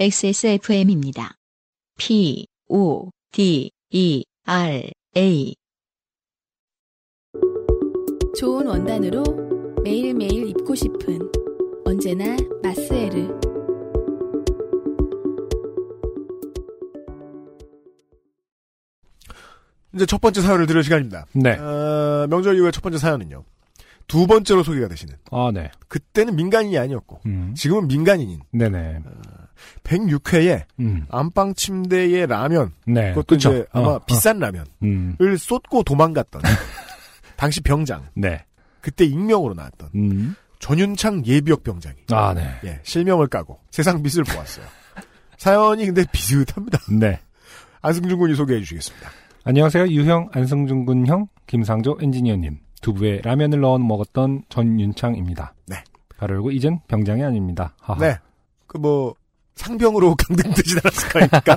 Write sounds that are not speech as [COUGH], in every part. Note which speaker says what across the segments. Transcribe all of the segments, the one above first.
Speaker 1: XSFM입니다. P, O, D, E, R, A.
Speaker 2: 좋은 원단으로 매일매일 입고 싶은 언제나 마스에르
Speaker 3: 이제 첫 번째 사연을 들을 시간입니다.
Speaker 4: 네.
Speaker 3: 어, 명절 이후에 첫 번째 사연은요. 두 번째로 소개가 되시는
Speaker 4: 아, 네.
Speaker 3: 그때는 민간인이 아니었고
Speaker 4: 음.
Speaker 3: 지금은 민간인인
Speaker 4: 네네.
Speaker 3: 106회에
Speaker 4: 음.
Speaker 3: 안방 침대에 라면
Speaker 4: 네.
Speaker 3: 그것도
Speaker 4: 그쵸.
Speaker 3: 이제 아마
Speaker 4: 어, 어.
Speaker 3: 비싼 라면을
Speaker 4: 음.
Speaker 3: 쏟고
Speaker 4: [LAUGHS]
Speaker 3: 도망갔던 당시 병장
Speaker 4: 네.
Speaker 3: 그때 익명으로 나왔던
Speaker 4: 음.
Speaker 3: 전윤창 예비역 병장이
Speaker 4: 아, 네.
Speaker 3: 예, 실명을 까고 세상 빛을
Speaker 4: [LAUGHS]
Speaker 3: 보았어요. 사연이 근데 비슷합니다.
Speaker 4: 네.
Speaker 3: 안승준 군이 소개해 주시겠습니다.
Speaker 4: 안녕하세요. 유형, 안승준 군형, 김상조 엔지니어님. 두부에 라면을 넣어 먹었던 전윤창입니다.
Speaker 3: 네.
Speaker 4: 바로 열고 이젠 병장이 아닙니다. 하하.
Speaker 3: 네. 그 뭐 상병으로 [LAUGHS] 강등되진 않았을 거니까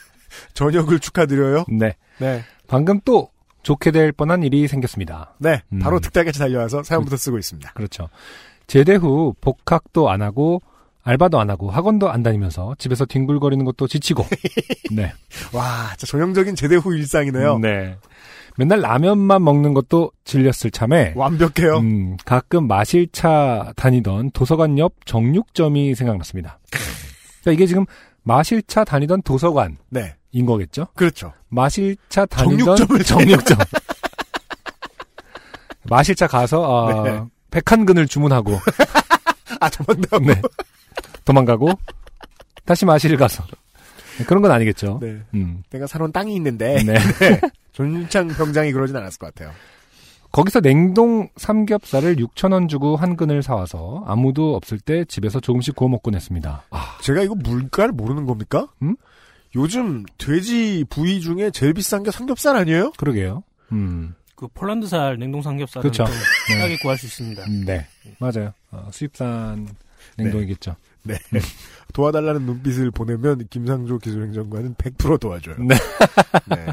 Speaker 3: [LAUGHS] 저녁을 축하드려요.
Speaker 4: 네.
Speaker 3: 네.
Speaker 4: 방금 또 좋게 될 뻔한 일이 생겼습니다.
Speaker 3: 네.
Speaker 4: 음.
Speaker 3: 바로 득달같이 달려와서 사연부터 쓰고 있습니다.
Speaker 4: 그렇죠. 제대 후 복학도 안 하고 알바도 안 하고 학원도 안 다니면서 집에서 뒹굴거리는
Speaker 3: [LAUGHS]
Speaker 4: 것도 지치고 네.
Speaker 3: 와, 진짜 전형적인 제대 후 일상이네요.
Speaker 4: 네. 맨날 라면만 먹는 것도 질렸을 참에
Speaker 3: 완벽해요.
Speaker 4: 네. 음, 가끔 마실차 다니던 도서관 옆 정육점이 생각났습니다. 그러니까 이게 지금 마실차 다니던 도서관인
Speaker 3: 네.
Speaker 4: 거겠죠?
Speaker 3: 그렇죠.
Speaker 4: 마실차 다니던
Speaker 3: 정육점을
Speaker 4: [LAUGHS] 정육점. 마실차 가서 아,
Speaker 3: 네.
Speaker 4: 백한근을
Speaker 3: [LAUGHS]
Speaker 4: 주문하고
Speaker 3: [LAUGHS] 아, 도망다.
Speaker 4: 네. 도망가고 다시 마실 가서 네, 그런 건 아니겠죠?
Speaker 3: 네.
Speaker 4: 음,
Speaker 3: 내가 사놓은 땅이 있는데
Speaker 4: 네.
Speaker 3: 존창 병장이 그러진 않았을 것 같아요.
Speaker 4: 거기서 냉동 삼겹살을 6천 원 주고 한 근을 사와서 아무도 없을 때 집에서 조금씩 구워 먹곤 했습니다.
Speaker 3: 제가 이거 물가를 모르는 겁니까?
Speaker 4: 음?
Speaker 3: 요즘 돼지 부위 중에 제일 비싼 게 삼겹살 아니에요?
Speaker 4: 그러게요. 음,
Speaker 5: 그 폴란드살 냉동 삼겹살은
Speaker 4: 그쵸.
Speaker 5: 좀 싸게 구할 수 있습니다.
Speaker 4: 네, 맞아요. 어, 수입산 냉동이겠죠.
Speaker 3: 네.
Speaker 4: 음.
Speaker 3: [LAUGHS] 도와달라는 눈빛을 보내면 김상조 기술행정관은 100% 도와줘요.
Speaker 4: 네.
Speaker 3: 네.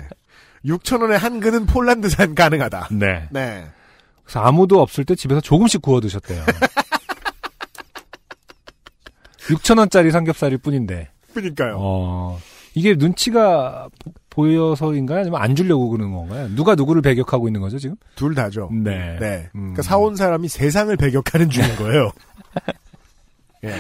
Speaker 3: 6,000원에 한 근은 폴란드산 가능하다.
Speaker 4: 네.
Speaker 3: 네.
Speaker 4: 그래서 아무도 없을 때 집에서 조금씩 구워 드셨대요. [LAUGHS] 6천 원짜리 삼겹살일 뿐인데,
Speaker 3: 그니까요.
Speaker 4: 어, 이게 눈치가 보- 보여서인가요? 아니면 안 주려고 그러는 건가요? 누가 누구를 배격하고 있는 거죠 지금?
Speaker 3: 둘 다죠.
Speaker 4: 네.
Speaker 3: 네.
Speaker 4: 음.
Speaker 3: 그러니까 사온 사람이 세상을 배격하는 중인
Speaker 4: [LAUGHS]
Speaker 3: 거예요. 예.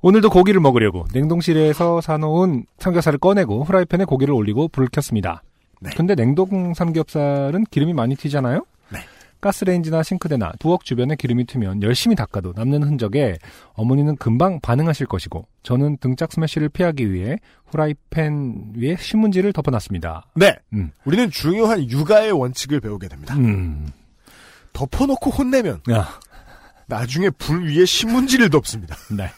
Speaker 4: 오늘도 고기를 먹으려고 냉동실에서 사놓은 삼겹살을 꺼내고 후라이팬에 고기를 올리고 불을 켰습니다.
Speaker 3: 네.
Speaker 4: 근데 냉동 삼겹살은 기름이 많이 튀잖아요?
Speaker 3: 네.
Speaker 4: 가스레인지나 싱크대나 부엌 주변에 기름이 튀면 열심히 닦아도 남는 흔적에 어머니는 금방 반응하실 것이고 저는 등짝 스매시를 피하기 위해 후라이팬 위에 신문지를 덮어놨습니다.
Speaker 3: 네.
Speaker 4: 음.
Speaker 3: 우리는 중요한 육아의 원칙을 배우게 됩니다.
Speaker 4: 음.
Speaker 3: 덮어놓고 혼내면
Speaker 4: 아,
Speaker 3: 나중에 불 위에 신문지를 덮습니다. [LAUGHS]
Speaker 4: 네.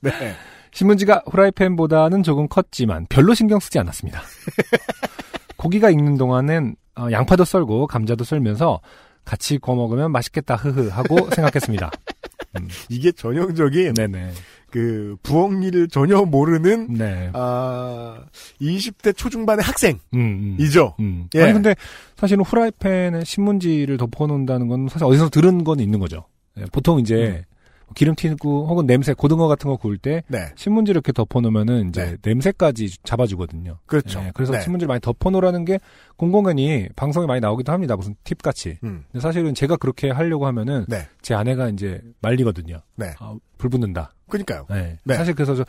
Speaker 3: 네.
Speaker 4: 신문지가 후라이팬보다는 조금 컸지만 별로 신경 쓰지 않았습니다.
Speaker 3: [LAUGHS]
Speaker 4: 고기가 익는 동안엔 어, 양파도 썰고 감자도 썰면서 같이 구워 먹으면 맛있겠다 흐흐
Speaker 3: [LAUGHS]
Speaker 4: 하고 생각했습니다.
Speaker 3: 이게 전형적인
Speaker 4: 네네.
Speaker 3: 그 부엌 일을 전혀 모르는
Speaker 4: 네.
Speaker 3: 아 20대 초중반의 학생이죠.
Speaker 4: 음, 음. 음. 아니
Speaker 3: 예.
Speaker 4: 근데 사실은 후라이팬에 신문지를 덮어놓는다는 건 사실 어디서 들은 건 있는 거죠. 예, 보통
Speaker 3: 음.
Speaker 4: 이제 뭐 기름 튀고 혹은 냄새 고등어 같은 거 구울 때
Speaker 3: 네.
Speaker 4: 신문지를 이렇게 덮어놓으면은 이제 냄새까지 잡아주거든요.
Speaker 3: 그렇죠.
Speaker 4: 예, 그래서
Speaker 3: 네.
Speaker 4: 신문지를 많이 덮어놓으라는 게 공공연히 방송에 많이 나오기도 합니다. 무슨 팁 같이.
Speaker 3: 음.
Speaker 4: 근데 사실은 제가 그렇게 하려고 하면은
Speaker 3: 네.
Speaker 4: 제 아내가 이제 말리거든요.
Speaker 3: 네.
Speaker 4: 아, 불 붙는다.
Speaker 3: 그러니까요.
Speaker 4: 네.
Speaker 3: 네.
Speaker 4: 사실 그래서 저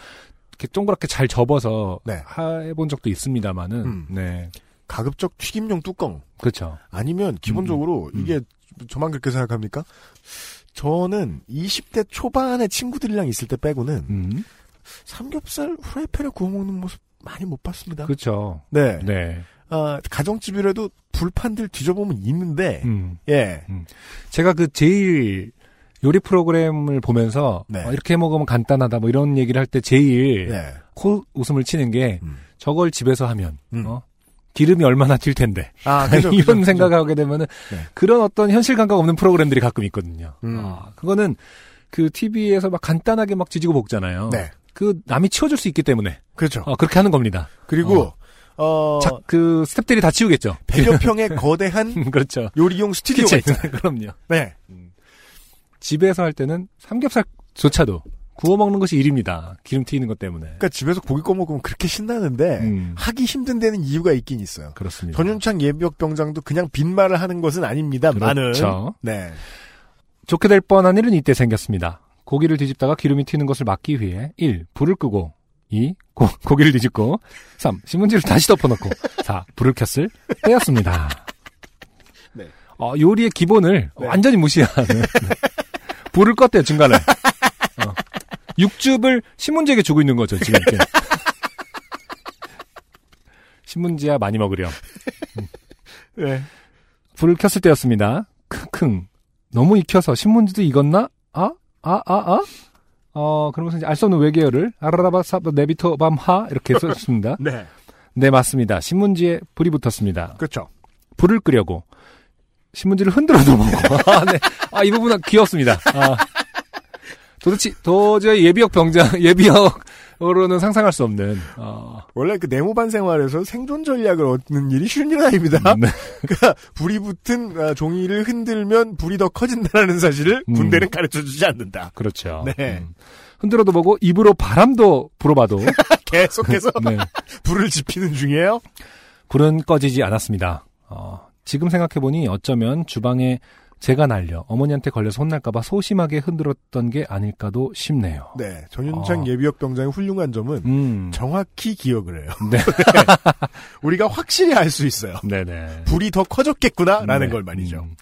Speaker 4: 이렇게 동그랗게 잘 접어서
Speaker 3: 네.
Speaker 4: 하- 해본 적도 있습니다만은
Speaker 3: 음.
Speaker 4: 네
Speaker 3: 가급적 튀김용 뚜껑
Speaker 4: 그렇죠.
Speaker 3: 아니면 기본적으로
Speaker 4: 음.
Speaker 3: 이게 저만 그렇게 생각합니까? 저는 20대 초반의 친구들이랑 있을 때 빼고는
Speaker 4: 음.
Speaker 3: 삼겹살 후라이팬에 구워 먹는 모습 많이 못 봤습니다.
Speaker 4: 그렇죠.
Speaker 3: 네.
Speaker 4: 네.
Speaker 3: 아, 가정집이라도 불판들 뒤져보면 있는데,
Speaker 4: 음.
Speaker 3: 예.
Speaker 4: 제가 그 제일 요리 프로그램을 보면서
Speaker 3: 네.
Speaker 4: 어, 이렇게 해 먹으면 간단하다 뭐 이런 얘기를 할 때 제일
Speaker 3: 네.
Speaker 4: 코 웃음을 치는 게
Speaker 3: 음.
Speaker 4: 저걸 집에서 하면
Speaker 3: 음.
Speaker 4: 어? 기름이 얼마나 튈 텐데
Speaker 3: 아, [LAUGHS] 그죠, 그죠,
Speaker 4: [LAUGHS] 이런
Speaker 3: 그죠.
Speaker 4: 생각하게 되면은
Speaker 3: 네.
Speaker 4: 그런 어떤 현실 감각 없는 프로그램들이 가끔 있거든요.
Speaker 3: 음.
Speaker 4: 아, 그거는 그 TV에서 막 간단하게 막 지지고 볶잖아요.
Speaker 3: 네.
Speaker 4: 그 남이 치워줄 수 있기 때문에
Speaker 3: 그렇죠.
Speaker 4: 어, 그렇게 하는 겁니다.
Speaker 3: 그리고, 어,
Speaker 4: 자, 그 스탭들이 다 치우겠죠. [LAUGHS]
Speaker 3: 백여 평의 거대한
Speaker 4: 음, 그렇죠.
Speaker 3: 요리용
Speaker 4: [LAUGHS]
Speaker 3: 스튜디오가
Speaker 4: 키친.
Speaker 3: 있잖아요.
Speaker 4: 그럼요.
Speaker 3: 네.
Speaker 4: 집에서 할 때는 삼겹살조차도 구워 먹는 것이 일입니다. 기름 튀는 것 때문에.
Speaker 3: 그러니까 집에서 고기 꺼 먹으면 그렇게 신나는데
Speaker 4: 음.
Speaker 3: 하기 힘든 데는 이유가 있긴 있어요.
Speaker 4: 그렇습니다.
Speaker 3: 네. 전윤창 예비역 병장도 그냥 빈말을 하는 것은 아닙니다.
Speaker 4: 그렇죠.
Speaker 3: 많은. 네.
Speaker 4: 좋게 될 뻔한 일은 이때 생겼습니다. 고기를 뒤집다가 기름이 튀는 것을 막기 위해 1. 불을 끄고 2. 고, 고기를 뒤집고 3. 신문지를 다시 덮어놓고 4. 불을 켰을 때였습니다.
Speaker 3: 네.
Speaker 4: 어, 요리의 기본을
Speaker 3: 네.
Speaker 4: 완전히 무시하는 네. 불을 껐대요 중간에 어. 육즙을 신문지에게 주고 있는 거죠 지금 이렇게 신문지야 많이 먹으렴
Speaker 3: 네.
Speaker 4: 불을 켰을 때였습니다. 킁킁. 너무 익혀서 신문지도 익었나? 아? 아, 아, 아? 어, 그러면서 이제 알 수 없는 외계어를 아라라바사 네비토 밤하
Speaker 3: [LAUGHS]
Speaker 4: 이렇게 썼습니다.
Speaker 3: 네.
Speaker 4: 네, 맞습니다. 신문지에 불이 붙었습니다.
Speaker 3: 그렇죠.
Speaker 4: 불을 끄려고 신문지를 흔들어도 먹고. [LAUGHS] 아, 네. 아, 이 부분은 귀엽습니다. 아. 도대체 도저히 예비역 병장 [LAUGHS] 예비역으로는 상상할 수 없는 어,
Speaker 3: 원래 그 네모반 생활에서 생존 전략을 얻는 일이 쉬운 일은 아닙니다.
Speaker 4: 네.
Speaker 3: 그러니까 불이 붙은 아, 종이를 흔들면 불이 더 커진다는 사실을
Speaker 4: 음.
Speaker 3: 군대는 가르쳐주지 않는다.
Speaker 4: 그렇죠.
Speaker 3: 네.
Speaker 4: 음. 흔들어도 보고 입으로 바람도 불어봐도
Speaker 3: [LAUGHS]
Speaker 4: [LAUGHS]
Speaker 3: 계속해서
Speaker 4: 네.
Speaker 3: 불을 지피는 중이에요.
Speaker 4: 불은 꺼지지 않았습니다. 어, 지금 생각해보니 어쩌면 주방에 제가 날려 어머니한테 걸려서 혼날까봐 소심하게 흔들었던 게 아닐까도 싶네요.
Speaker 3: 네. 전윤창
Speaker 4: 아.
Speaker 3: 예비역 병장의 훌륭한 점은
Speaker 4: 음.
Speaker 3: 정확히 기억을 해요.
Speaker 4: 네.
Speaker 3: [LAUGHS] 우리가 확실히 알 수 있어요.
Speaker 4: 네네.
Speaker 3: 불이 더 커졌겠구나라는
Speaker 4: 네.
Speaker 3: 걸 말이죠.
Speaker 4: 음.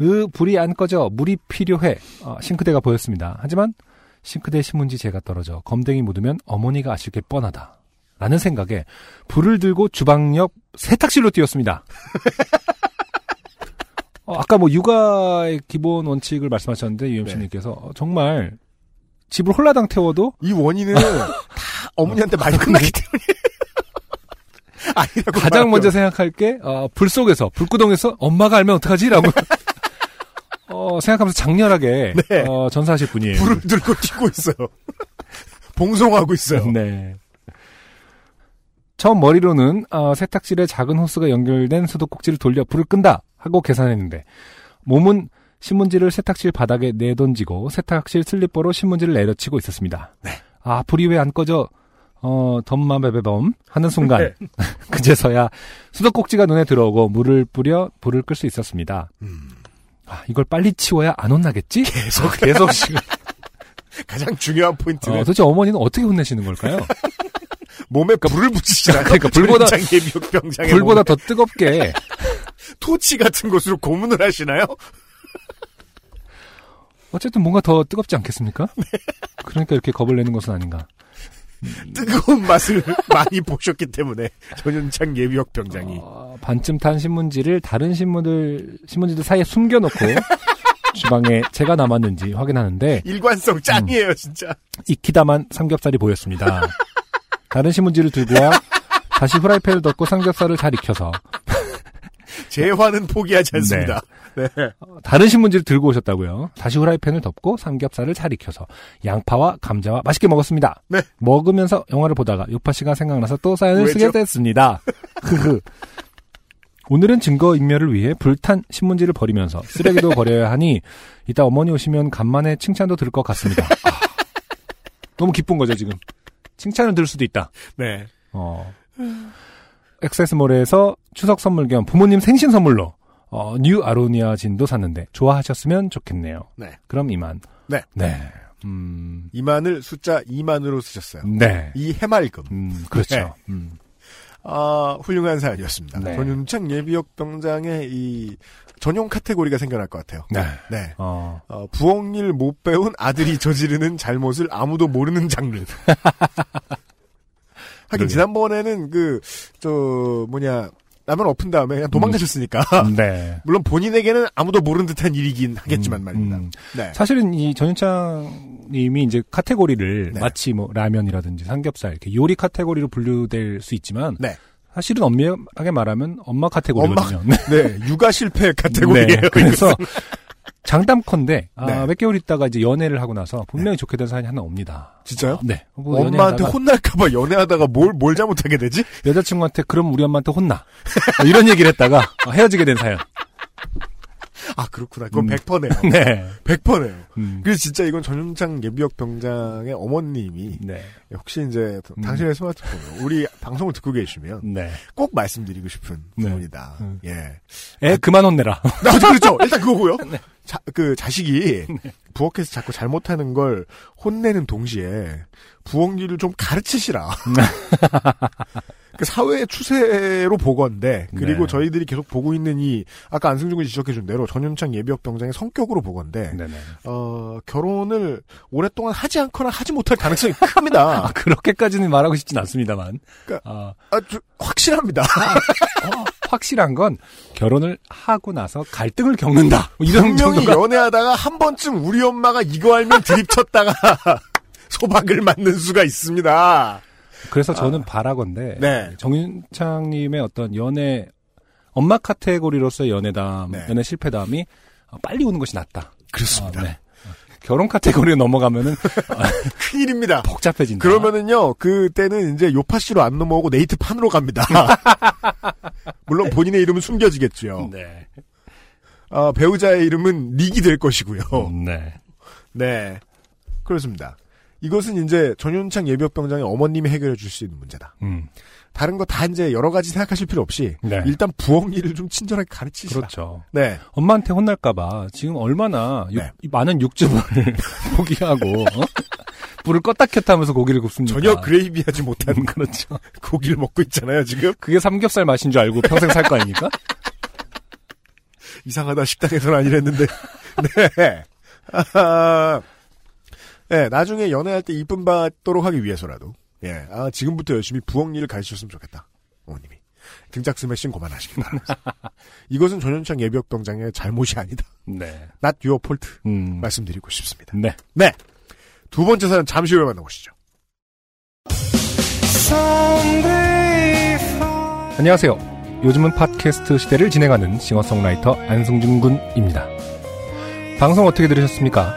Speaker 4: 으, 불이 안 꺼져. 물이 필요해. 어, 싱크대가 보였습니다. 하지만 싱크대 신문지 제가 떨어져 검댕이 묻으면 어머니가 아실 게 뻔하다. 라는 생각에 불을 들고 주방 옆
Speaker 3: [LAUGHS]
Speaker 4: 세탁실로 뛰었습니다. 어, 아까 뭐 육아의 기본 원칙을 말씀하셨는데 유엠씨님께서
Speaker 3: 네.
Speaker 4: 어, 정말 집을 홀라당 태워도
Speaker 3: 이 원인은 다 어머니한테 많이 끝났기 때문에. 아, 네. [LAUGHS] 아니라고
Speaker 4: 가장
Speaker 3: 말하죠.
Speaker 4: 먼저 생각할 게, 어, 불 속에서, 불구덩에서 엄마가 알면 어떡하지? 라고, [LAUGHS] 어, 생각하면서 장렬하게,
Speaker 3: 네.
Speaker 4: 어, 전사하실 분이에요.
Speaker 3: [LAUGHS] 불을 들고 뛰고 있어요. 봉송하고 있어요.
Speaker 4: 네. 처음 머리로는, 어, 세탁실에 작은 호스가 연결된 수도꼭지를 돌려 불을 끈다! 하고 계산했는데, 몸은 신문지를 세탁실 바닥에 내던지고, 세탁실 슬리퍼로 신문지를 내려치고 있었습니다. 아, 불이 왜 안 꺼져? 어, 덤마베베범 하는 순간, [LAUGHS] 그제서야 수도꼭지가 눈에 들어오고 물을 뿌려 불을 끌 수 있었습니다. 아, 이걸 빨리 치워야 안 혼나겠지? 계속, 계속. 지금.
Speaker 3: 가장 중요한
Speaker 4: 어,
Speaker 3: 포인트는
Speaker 4: 도대체 어머니는 어떻게 혼내시는 걸까요?
Speaker 3: 몸에 불을 붙이시잖아요.
Speaker 4: 그러니까 불보다-
Speaker 3: 전장 예비역 병장의
Speaker 4: 불보다
Speaker 3: 몸에
Speaker 4: 더 뜨겁게.
Speaker 3: 토치 같은 것으로 고문을 하시나요?
Speaker 4: 어쨌든 뭔가 더 뜨겁지 않겠습니까? 그러니까 이렇게 겁을 내는 것은 아닌가.
Speaker 3: 뜨거운 맛을 [LAUGHS] 많이 보셨기 때문에 전현창 예비역 병장이
Speaker 4: 어, 반쯤 탄 신문지를 다른 신문들, 신문지들 사이에 숨겨놓고 [LAUGHS] 주방에 제가 남았는지 확인하는데
Speaker 3: 일관성 짱이에요, 진짜.
Speaker 4: 익히다만 삼겹살이 보였습니다. 다른 신문지를 들고 와 다시 후라이팬을 덮고 삼겹살을 잘 익혀서
Speaker 3: 재화는 포기하지 않습니다. 네.
Speaker 4: 다른 신문지를 들고 오셨다고요. 다시 후라이팬을 덮고 삼겹살을 잘 익혀서 양파와 감자와 맛있게 먹었습니다.
Speaker 3: 네.
Speaker 4: 먹으면서 영화를 보다가 요파 씨가 생각나서 또 사연을
Speaker 3: 왜죠?
Speaker 4: 쓰게 됐습니다. 흐흐. 오늘은 증거 인멸을 위해 불탄 신문지를 버리면서
Speaker 3: [LAUGHS]
Speaker 4: 쓰레기도 버려야 하니 이따 어머니 오시면 간만에 칭찬도 들을 것 같습니다. 아, 너무 기쁜 거죠 지금. 칭찬을 들을 수도 있다.
Speaker 3: 네.
Speaker 4: 어. 액세스몰에서 추석 선물 겸 부모님 생신 선물로 어, 뉴 아로니아 진도 샀는데 좋아하셨으면 좋겠네요.
Speaker 3: 네.
Speaker 4: 그럼 이만.
Speaker 3: 네.
Speaker 4: 네. 음.
Speaker 3: 이만을 숫자 2만으로 쓰셨어요.
Speaker 4: 네.
Speaker 3: 이 해맑음.
Speaker 4: 음, 그렇죠.
Speaker 3: 네.
Speaker 4: 음.
Speaker 3: 아, 훌륭한 사연이었습니다.
Speaker 4: 네.
Speaker 3: 전윤창 예비역 병장의 이 전용 카테고리가 생겨날 것 같아요.
Speaker 4: 네.
Speaker 3: 네.
Speaker 4: 어.
Speaker 3: 어, 부엌일 못 배운 아들이 저지르는 잘못을 아무도 모르는
Speaker 4: [LAUGHS]
Speaker 3: 장르. 하긴
Speaker 4: 그러게요.
Speaker 3: 지난번에는 그, 저, 뭐냐, 라면 엎은 다음에 그냥 도망가셨으니까.
Speaker 4: 네.
Speaker 3: [LAUGHS] 물론 본인에게는 아무도 모르는 듯한 일이긴 하겠지만
Speaker 4: 음,
Speaker 3: 말입니다.
Speaker 4: 음.
Speaker 3: 네.
Speaker 4: 사실은 이 전현창 님이 이제 카테고리를
Speaker 3: 네.
Speaker 4: 마치 뭐 라면이라든지 삼겹살 이렇게 요리 카테고리로 분류될 수 있지만
Speaker 3: 네.
Speaker 4: 사실은 엄밀하게 말하면 엄마 카테고리거든요. 네.
Speaker 3: 네, 육아 실패 카테고리예요.
Speaker 4: 네, 그래서 장담컨대 아,
Speaker 3: 네.
Speaker 4: 몇 개월 있다가 이제 연애를 하고 나서 분명히 좋게 된 사연이 하나 옵니다.
Speaker 3: [LAUGHS] 진짜요?
Speaker 4: 네. 뭐
Speaker 3: 엄마한테
Speaker 4: 연애하다가
Speaker 3: 혼날까봐 연애하다가 뭘, 뭘 잘못하게 되지? [LAUGHS]
Speaker 4: 여자친구한테 그럼 우리 엄마한테 혼나 뭐 이런 얘기를 했다가 어, 헤어지게 된 사연.
Speaker 3: 아, 그렇구나. 그건
Speaker 4: 음.
Speaker 3: 100%네요.
Speaker 4: [LAUGHS] 네.
Speaker 3: 100%네요.
Speaker 4: 음.
Speaker 3: 그래서 진짜 이건 전용장 예비역 병장의 어머님이
Speaker 4: 네.
Speaker 3: 혹시 이제
Speaker 4: 음.
Speaker 3: 당신의 스마트폰으로 우리 방송을 듣고 계시면
Speaker 4: 네.
Speaker 3: 꼭 말씀드리고 싶은
Speaker 4: 네.
Speaker 3: 부분이다.
Speaker 4: 음.
Speaker 3: 예.
Speaker 4: 애 그만 혼내라.
Speaker 3: 나 그렇죠. 일단 그거고요.
Speaker 4: 네.
Speaker 3: 자, 그 자식이 부엌에서 자꾸 잘못하는 걸 혼내는 동시에 부엌일을 좀 가르치시라. [LAUGHS] 그 사회의 추세로 보건데 그리고
Speaker 4: 네.
Speaker 3: 저희들이 계속 보고 있는 이 아까 안승준 군이 지적해준 대로 전윤창 예비역 병장의 성격으로 보건데
Speaker 4: 네네.
Speaker 3: 어, 결혼을 오랫동안 하지 않거나 하지 못할 가능성이 [LAUGHS] 큽니다.
Speaker 4: [LAUGHS] 아, 그렇게까지는 말하고 싶진 않습니다만.
Speaker 3: 그러니까-
Speaker 4: 아,
Speaker 3: 아주 확실합니다.
Speaker 4: 어, 확실한 건 결혼을 하고 나서 갈등을 겪는다. 뭐 이런
Speaker 3: 분명히
Speaker 4: 정도가
Speaker 3: 연애하다가 한 번쯤 우리 엄마가 이거 알면 드립쳤다가 [LAUGHS] 소박을 맞는 수가 있습니다.
Speaker 4: 그래서 저는 바라건데
Speaker 3: 네.
Speaker 4: 정윤창님의 어떤 연애 엄마 카테고리로서의 연애담,
Speaker 3: 네.
Speaker 4: 연애 실패담이 어, 빨리 오는 것이 낫다.
Speaker 3: 그렇습니다.
Speaker 4: 아, 네. 결혼 카테고리로
Speaker 3: [LAUGHS]
Speaker 4: 넘어가면은
Speaker 3: 큰일입니다.
Speaker 4: 복잡해진다.
Speaker 3: 그러면은요, 그때는 이제 요파씨로 안 넘어오고 네이트판으로 갑니다. [LAUGHS] 물론 본인의 이름은 숨겨지겠죠.
Speaker 4: 네.
Speaker 3: 아, 배우자의 이름은 닉이 될 것이고요.
Speaker 4: 네.
Speaker 3: 네. 그렇습니다. 이것은 이제 전윤창 예비역병장의 어머님이 해결해 줄 수 있는 문제다.
Speaker 4: 음.
Speaker 3: 다른 거 다 이제 여러 가지 생각하실 필요 없이
Speaker 4: 네.
Speaker 3: 일단 부엌 일을 좀 친절하게 가르치시라.
Speaker 4: 그렇죠.
Speaker 3: 네.
Speaker 4: 엄마한테 혼날까봐 지금 얼마나 육-
Speaker 3: 네.
Speaker 4: 이 많은 육즙을 [LAUGHS] 포기하고 어? 불을 껐다 켰다 하면서 고기를 굽습니까?
Speaker 3: 전혀 그레이비하지 못한
Speaker 4: 그러니까. 음, [LAUGHS] 그렇죠.
Speaker 3: [LAUGHS] 고기를 먹고 있잖아요, 지금.
Speaker 4: 그게 삼겹살 맛인 줄 알고 평생 살
Speaker 3: [LAUGHS]
Speaker 4: 거 아닙니까?
Speaker 3: 이상하다, 식당에서는
Speaker 4: [LAUGHS]
Speaker 3: 아니랬는데. 네. 아, 네, 나중에 연애할 때 이쁨 받도록 하기 위해서라도. 예, 아, 지금부터 열심히 부엌 일을 가르치셨으면 좋겠다. 어머님이. 등짝 스매싱 그만하시기
Speaker 4: [LAUGHS]
Speaker 3: 바랍니다. 이것은 전현창 예비역병장의 잘못이 아니다.
Speaker 4: 네.
Speaker 3: Not your fault.
Speaker 4: 음.
Speaker 3: 말씀드리고 싶습니다.
Speaker 4: 네.
Speaker 3: 네. 두 번째 사연 잠시 후에 만나보시죠.
Speaker 4: 안녕하세요. 요즘은 팟캐스트 시대를 진행하는 싱어송라이터 안승준 군입니다. 방송 어떻게 들으셨습니까?